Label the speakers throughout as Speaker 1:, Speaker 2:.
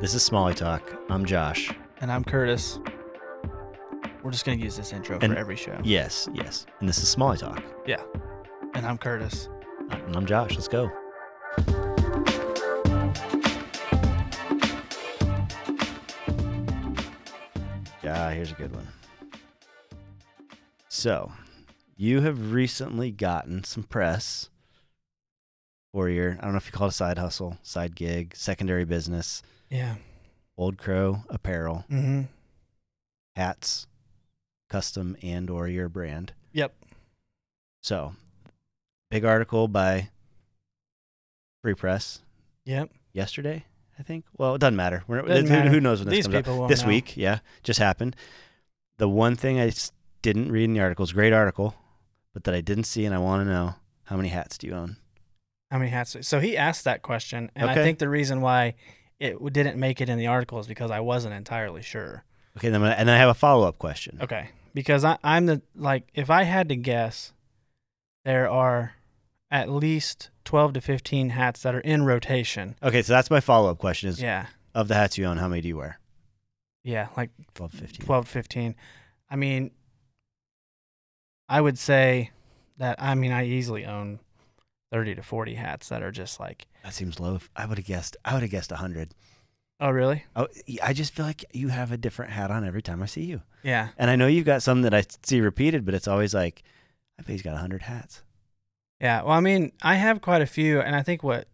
Speaker 1: This is Smalley Talk. I'm Josh.
Speaker 2: And I'm Curtis. We're just gonna use this intro
Speaker 1: And-
Speaker 2: for every show.
Speaker 1: Yes, yes. And this is Smalley Talk.
Speaker 2: And I'm Curtis.
Speaker 1: And I'm Josh. Let's go. Yeah, here's a good one. So, you have recently gotten some press for your, I don't know if you call it a side hustle, side gig, secondary business,
Speaker 2: Yeah.
Speaker 1: Old Crow apparel,
Speaker 2: Mm-hmm.
Speaker 1: hats, custom and or your brand.
Speaker 2: Yep.
Speaker 1: So, big article by Free Press
Speaker 2: Yep.
Speaker 1: yesterday, I think. Well, it doesn't matter. We're,
Speaker 2: Doesn't
Speaker 1: who,
Speaker 2: matter.
Speaker 1: who knows when this
Speaker 2: These
Speaker 1: comes out?
Speaker 2: people won't
Speaker 1: This
Speaker 2: know.
Speaker 1: week, yeah, just happened. The one thing I s- didn't read in the article is a great article, but that I didn't see, and I want to know how many hats do you own?
Speaker 2: How many hats? So he asked that question, and
Speaker 1: Okay.
Speaker 2: I think the reason why it w- didn't make it in the article is because I wasn't entirely sure.
Speaker 1: Okay, then I'm gonna- and then I have a follow up question.
Speaker 2: Okay. Because I, I'm the like, if I had to guess, there are at least twelve to fifteen hats that are in rotation.
Speaker 1: Okay, so that's my follow up question: is
Speaker 2: Yeah.
Speaker 1: of the hats you own, how many do you wear?
Speaker 2: Yeah. Like
Speaker 1: 12, 15.
Speaker 2: 12 15 i mean i would say that i mean i easily own 30 to 40 hats that are just like
Speaker 1: That seems low. If- I would have guessed. I would have guessed hundred.
Speaker 2: oh really
Speaker 1: Oh, I just feel like you have a different hat on every time I see you.
Speaker 2: yeah
Speaker 1: And I know you've got some that I see repeated, but it's always like, I bet he's got 100 hats.
Speaker 2: yeah well i mean i have quite a few and i think what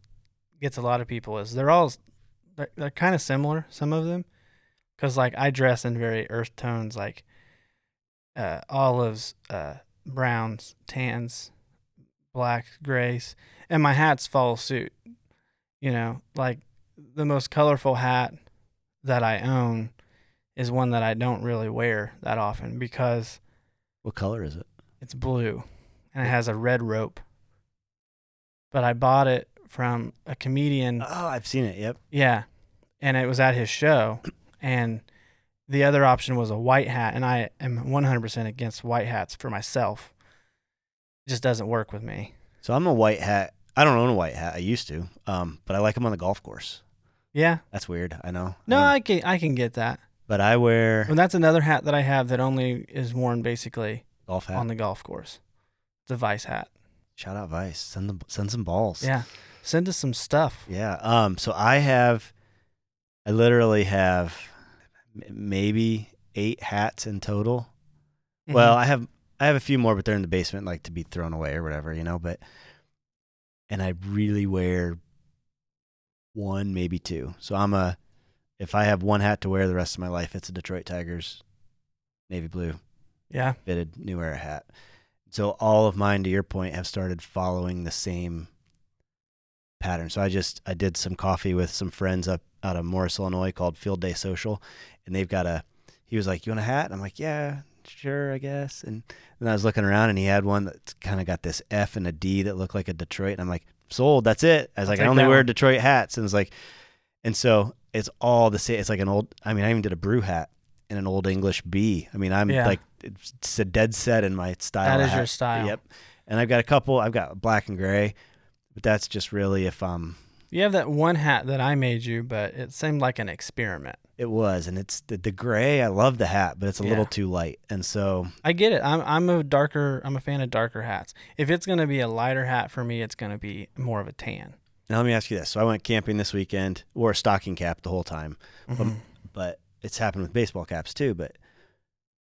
Speaker 2: gets a lot of people is they're all s- they're, they're kind of similar some of them because like i dress in very earth tones like uh olives uh browns tans black grays and my hats follow suit you know like the most colorful hat that i own is one that i don't really wear that often because
Speaker 1: What color is it?
Speaker 2: it's blue and it has a red rope but i bought it from a comedian
Speaker 1: Oh, I've seen it. Yep.
Speaker 2: yeah. And it was at his show. And the other option was a white hat. And I am 100% against white hats for myself. It just doesn't work with me.
Speaker 1: So I'm a white hat. I don't own a white hat. I used to, um, but I like them on the golf course.
Speaker 2: Yeah.
Speaker 1: That's weird. I know.
Speaker 2: No,
Speaker 1: I don't-
Speaker 2: I can I can get that.
Speaker 1: but I wear
Speaker 2: And that's another hat that I have that only is worn basically
Speaker 1: golf hat.
Speaker 2: on the golf course. It's a vice hat.
Speaker 1: Shout out Vice. Send them, send some balls.
Speaker 2: Yeah. Send us some stuff.
Speaker 1: Yeah. Um. So I have, I literally have, m- maybe eight hats in total. Well,
Speaker 2: Mm-hmm.
Speaker 1: I have I have a few more, but they're in the basement, like to be thrown away or whatever, you know. But and I really wear one, maybe two. So I'm a if I have one hat to wear the rest of my life, it's a Detroit Tigers navy blue
Speaker 2: yeah.
Speaker 1: fitted new era hat. So all of mine, to your point, have started following the same pattern. So I just I did some coffee with some friends up out of Morris, Illinois, called Field Day Social, and they've got a. He was like, "You want a hat?" And I'm like, "Yeah, sure, I guess." And then I was looking around, and he had one that's kind of got this F and a D that looked like a Detroit, and I'm like, "Sold, that's it." I was like, "I
Speaker 2: take
Speaker 1: only
Speaker 2: that
Speaker 1: wear
Speaker 2: one."
Speaker 1: Detroit hats," and it's like, and so it's all the same. It's like an old. I mean, I even did a brew hat and an old English B. I mean, I'm
Speaker 2: Yeah.
Speaker 1: like it's a dead set in my style.
Speaker 2: That
Speaker 1: of
Speaker 2: is your
Speaker 1: hat.
Speaker 2: style.
Speaker 1: Yep. And I've got a couple. I've got black and gray, but that's just really if um
Speaker 2: You have that one hat that I made you, but it seemed like an experiment.
Speaker 1: it was and it's the, the gray. I love the hat, but it's a
Speaker 2: Yeah.
Speaker 1: little too light. And so
Speaker 2: I get it. I'm I'm a darker. I'm a fan of darker hats. If it's gonna be a lighter hat for me, it's gonna be more of a tan.
Speaker 1: now let me ask you this. So I went camping this weekend, wore a stocking cap the whole time,
Speaker 2: Mhm.
Speaker 1: but it's happened with baseball caps too. But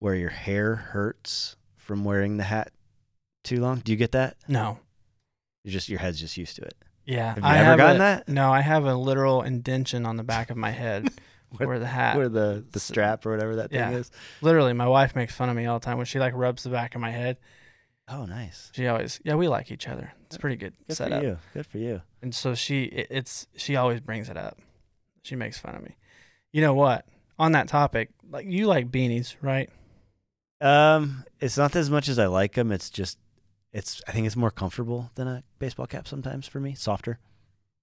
Speaker 1: where your hair hurts from wearing the hat too long, do you get that?
Speaker 2: No.
Speaker 1: You're just your head's just used to it.
Speaker 2: Yeah.
Speaker 1: Have you ever gotten
Speaker 2: a,
Speaker 1: that?
Speaker 2: No, I have a literal indention on the back of my head
Speaker 1: Where-
Speaker 2: where the hat.
Speaker 1: Where the the strap or whatever that thing
Speaker 2: Uh, Yeah.
Speaker 1: is.
Speaker 2: literally, my wife makes fun of me all the time when she like rubs the back of my head.
Speaker 1: Oh, nice.
Speaker 2: She always, yeah, we like each other. It's a pretty good,
Speaker 1: Good
Speaker 2: setup.
Speaker 1: for you. Good for you.
Speaker 2: And so she, it, it's she always brings it up. She makes fun of me. You know what? On that topic, like you like beanies, right?
Speaker 1: Um, it's not as much as I like them. It's just, it's. I think it's more comfortable than a baseball cap sometimes for me. Softer.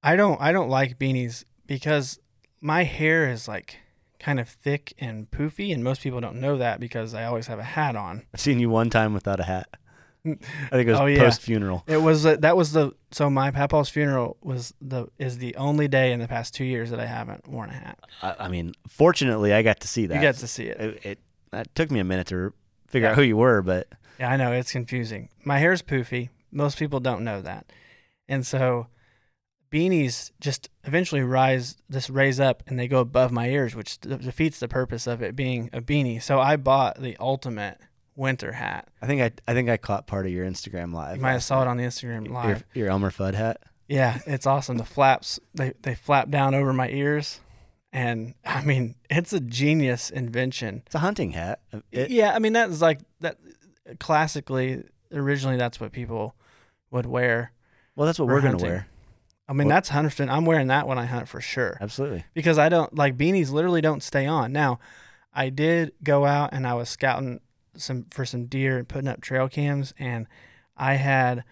Speaker 2: I don't I don't like beanies because my hair is like kind of thick and poofy and most people don't know that because I always have a hat on.
Speaker 1: I've seen you one time without a hat. I think it was
Speaker 2: Oh, yeah.
Speaker 1: post funeral.
Speaker 2: It was that was the so my papa's funeral was the is the only day in the past two years that I haven't worn a hat.
Speaker 1: I, I mean, fortunately, I got to see that.
Speaker 2: You get to see it.
Speaker 1: it, it, that took me a minute to figure
Speaker 2: Yeah.
Speaker 1: out who you were, but
Speaker 2: Yeah, I know it's confusing. My hair's poofy. Most people don't know that, and so beanies just eventually rise just raise up and they go above my ears, which de- defeats the purpose of it being a beanie. So I bought the ultimate winter hat.
Speaker 1: I think I I think I caught part of your Instagram live.
Speaker 2: You might have
Speaker 1: last
Speaker 2: saw it
Speaker 1: night.
Speaker 2: on the Instagram
Speaker 1: Your-
Speaker 2: live.
Speaker 1: Your, Elmer Fudd hat.
Speaker 2: Yeah, it's awesome. The flaps they they flap down over my ears, and I mean it's a genius invention.
Speaker 1: It's a hunting hat. It-
Speaker 2: yeah, I mean that's like that. Classically, originally that's what people would wear.
Speaker 1: well, that's what
Speaker 2: For
Speaker 1: we're gonna
Speaker 2: hunting.
Speaker 1: wear.
Speaker 2: I mean
Speaker 1: Well-
Speaker 2: that's hundred percent. I'm wearing that when I hunt for sure
Speaker 1: Absolutely.
Speaker 2: because I don't like beanies. Literally don't stay on. Now, I did go out and I was scouting some for some deer and putting up trail cams, and I had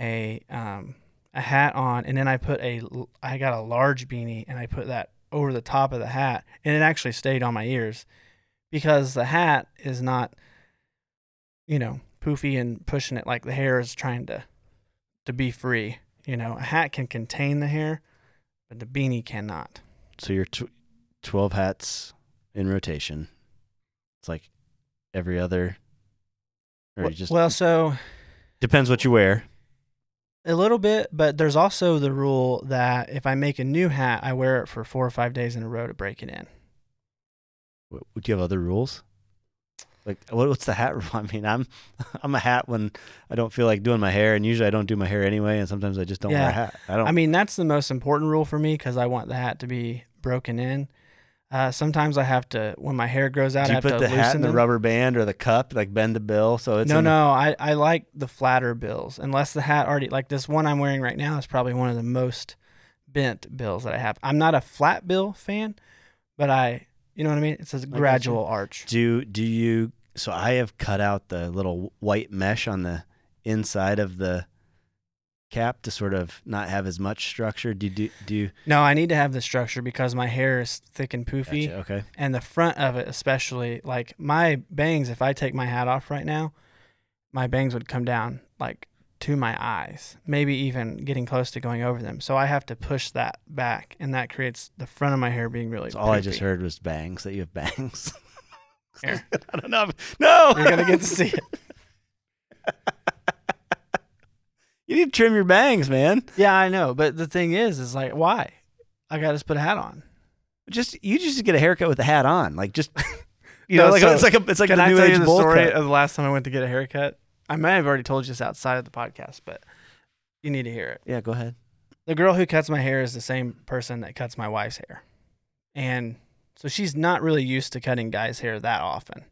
Speaker 2: a um a hat on, and then I put a l- I got a large beanie and I put that over the top of the hat, and it actually stayed on my ears because the hat is not you know poofy and pushing it like the hair is trying to to be free. You know, a hat can contain the hair, but the beanie cannot.
Speaker 1: So you're tw- twelve hats in rotation. It's like every other, or
Speaker 2: Well-
Speaker 1: you just
Speaker 2: well, so
Speaker 1: depends what you wear.
Speaker 2: a little bit, but there's also the rule that if I make a new hat, I wear it for four or five days in a row to break it in.
Speaker 1: W- Do you have other rules? Like what, what's the hat rule? I mean, I'm I'm a hat when I don't feel like doing my hair, and usually I don't do my hair anyway, and sometimes I just don't wear
Speaker 2: Yeah.
Speaker 1: a hat. I don't.
Speaker 2: I mean, that's the most important rule for me because I want the hat to be broken in. Uh, sometimes I have to when my hair grows out.
Speaker 1: do
Speaker 2: I
Speaker 1: you
Speaker 2: have
Speaker 1: put
Speaker 2: to
Speaker 1: the
Speaker 2: loosen
Speaker 1: hat in the
Speaker 2: them.
Speaker 1: rubber band or the cup, like bend the bill so it's
Speaker 2: no,
Speaker 1: in-
Speaker 2: no, I, I like the flatter bills unless the hat already like this one I'm wearing right now is probably one of the most bent bills that I have. I'm not a flat bill fan, but I you know what I mean. It's a
Speaker 1: you.
Speaker 2: gradual arch.
Speaker 1: Do do you? So I have cut out the little white mesh on the inside of the cap to sort of not have as much structure. Do you do, do you,
Speaker 2: No, I need to have the structure because my hair is thick and poofy.
Speaker 1: Gotcha, okay?
Speaker 2: and the front of it especially like my bangs if i take my hat off right now my bangs would come down like to my eyes maybe even getting close to going over them so i have to push that back and that creates the front of my hair being really
Speaker 1: So all I just
Speaker 2: poofy.
Speaker 1: heard was bangs. That you have bangs.
Speaker 2: Here.
Speaker 1: I don't know. No,
Speaker 2: you're gonna get to see it
Speaker 1: you need to trim your bangs, man.
Speaker 2: yeah i know but the thing is is like why i gotta just put a hat on
Speaker 1: Just you just get a haircut with a hat on, like just you
Speaker 2: No,
Speaker 1: know, like
Speaker 2: so
Speaker 1: it's like a, it's like
Speaker 2: can
Speaker 1: the
Speaker 2: i
Speaker 1: new
Speaker 2: tell
Speaker 1: age
Speaker 2: you the
Speaker 1: bowl
Speaker 2: story
Speaker 1: cut.
Speaker 2: of the last time i went to get a haircut i may have already told you this outside of the podcast but you need to hear it
Speaker 1: Yeah, go ahead.
Speaker 2: the girl who cuts my hair is the same person that cuts my wife's hair. And so she's not really used to cutting guys' hair that often.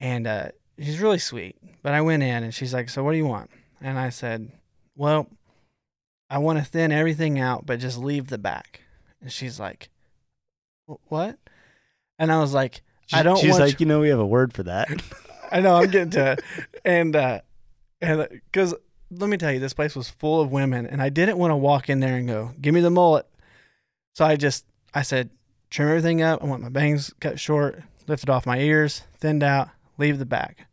Speaker 2: And uh, she's really sweet. But I went in and she's like, So what do you want? And I said, Well, I want to thin everything out, but just leave the back. And she's like, "Wh- What? And I was like, I
Speaker 1: She-
Speaker 2: don't
Speaker 1: She's
Speaker 2: want
Speaker 1: like, you know, we have a word for that.
Speaker 2: I know I'm getting to it. And uh and cuz let me tell you this place was full of women and I didn't want to walk in there and go, "Give me the mullet." So I just I said, "Trim everything up. I want my bangs cut short, lifted off my ears, thinned out, leave the back."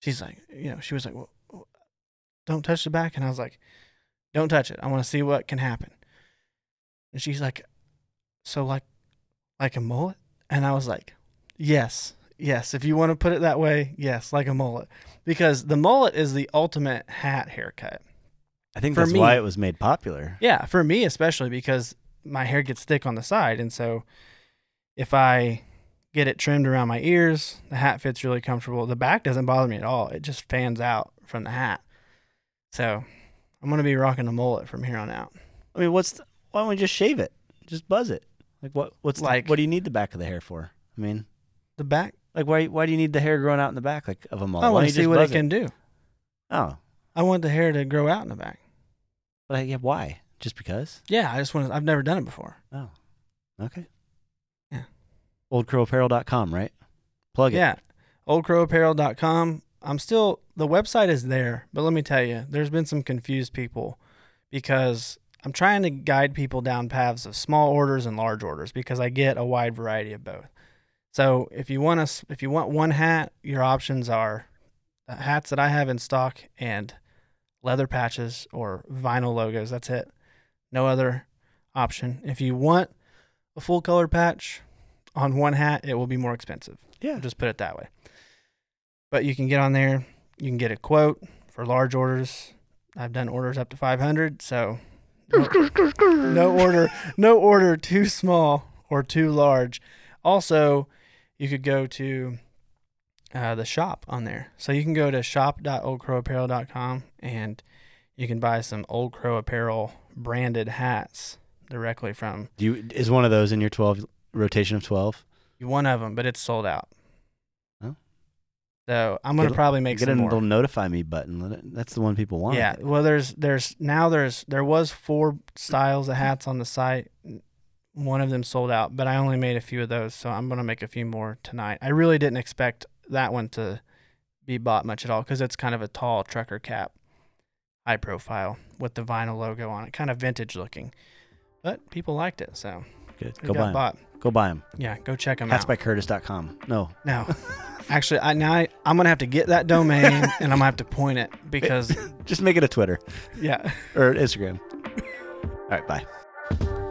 Speaker 2: She's like, you know, she was like, "Well, don't touch the back." And I was like, "Don't touch it. I want to see what can happen." And she's like, "So like like a mullet?" And I was like, "Yes." Yes, if you want to put it that way, yes, like a mullet. Because the mullet is the ultimate hat haircut.
Speaker 1: I think
Speaker 2: For
Speaker 1: that's
Speaker 2: me-
Speaker 1: why it was made popular.
Speaker 2: Yeah, for me especially because my hair gets thick on the side and so if I get it trimmed around my ears, the hat fits really comfortable. The back doesn't bother me at all. It just fans out from the hat. So, I'm going to be rocking a mullet from here on out.
Speaker 1: I mean, what's the, why don't we just shave it? Just buzz it. Like what? What's like?
Speaker 2: Like-
Speaker 1: what do you need the back of the hair for? I mean,
Speaker 2: The back,
Speaker 1: like why? Why do you need the hair growing out in the back like of a mullet?
Speaker 2: I
Speaker 1: Why
Speaker 2: want
Speaker 1: don't
Speaker 2: to
Speaker 1: Oh, you just
Speaker 2: see what it
Speaker 1: buzz
Speaker 2: can do.
Speaker 1: Oh,
Speaker 2: I want the hair to grow out in the back.
Speaker 1: but I, yeah, why? Just because?
Speaker 2: Yeah, I just want to I've never done it before.
Speaker 1: Oh, okay.
Speaker 2: Yeah.
Speaker 1: Oldcurlapparel.com, right? Plug it.
Speaker 2: Yeah. Oldcrowapparel.com. I'm still, the website is there, but let me tell you, there's been some confused people because I'm trying to guide people down paths of small orders and large orders because I get a wide variety of both. So if you want us, if you want one hat, your options are the hats that I have in stock and leather patches or vinyl logos. That's it. No other option. If you want a full color patch on one hat, it will be more expensive.
Speaker 1: Yeah.
Speaker 2: I'll just put it that way. But you can get on there, you can get a quote for large orders. I've done orders up to 500, so no, no order, no order too small or too large. Also, you could go to uh, the shop on there. So you can go to shop.oldcrowapparel.com and you can buy some Old Crow Apparel branded hats directly from
Speaker 1: Do you is one of those in your twelve rotation of twelve?
Speaker 2: one of them, but it's sold out.
Speaker 1: Oh.
Speaker 2: So I'm gonna
Speaker 1: Get a-
Speaker 2: probably make
Speaker 1: Get a
Speaker 2: some more.
Speaker 1: little notify me button. Let it- That's the one people want.
Speaker 2: Yeah. Well, there's there's now there's there was four styles of hats on the site. One of them sold out, but I only made a few of those, so I'm gonna make a few more tonight. I really didn't expect that one to be bought much at all because it's kind of a tall trucker cap, high profile with the vinyl logo on it, kind of vintage looking. But people liked it, so
Speaker 1: Good.
Speaker 2: it
Speaker 1: Go buy
Speaker 2: got
Speaker 1: them.
Speaker 2: bought.
Speaker 1: Go buy them.
Speaker 2: Yeah, go check them
Speaker 1: Hats
Speaker 2: out.
Speaker 1: by Curtis.com. No.
Speaker 2: No. Actually, I now I, I'm gonna have to get that domain and I'm gonna have to point it because
Speaker 1: Just make it a Twitter
Speaker 2: yeah.
Speaker 1: or Instagram. All right. Bye.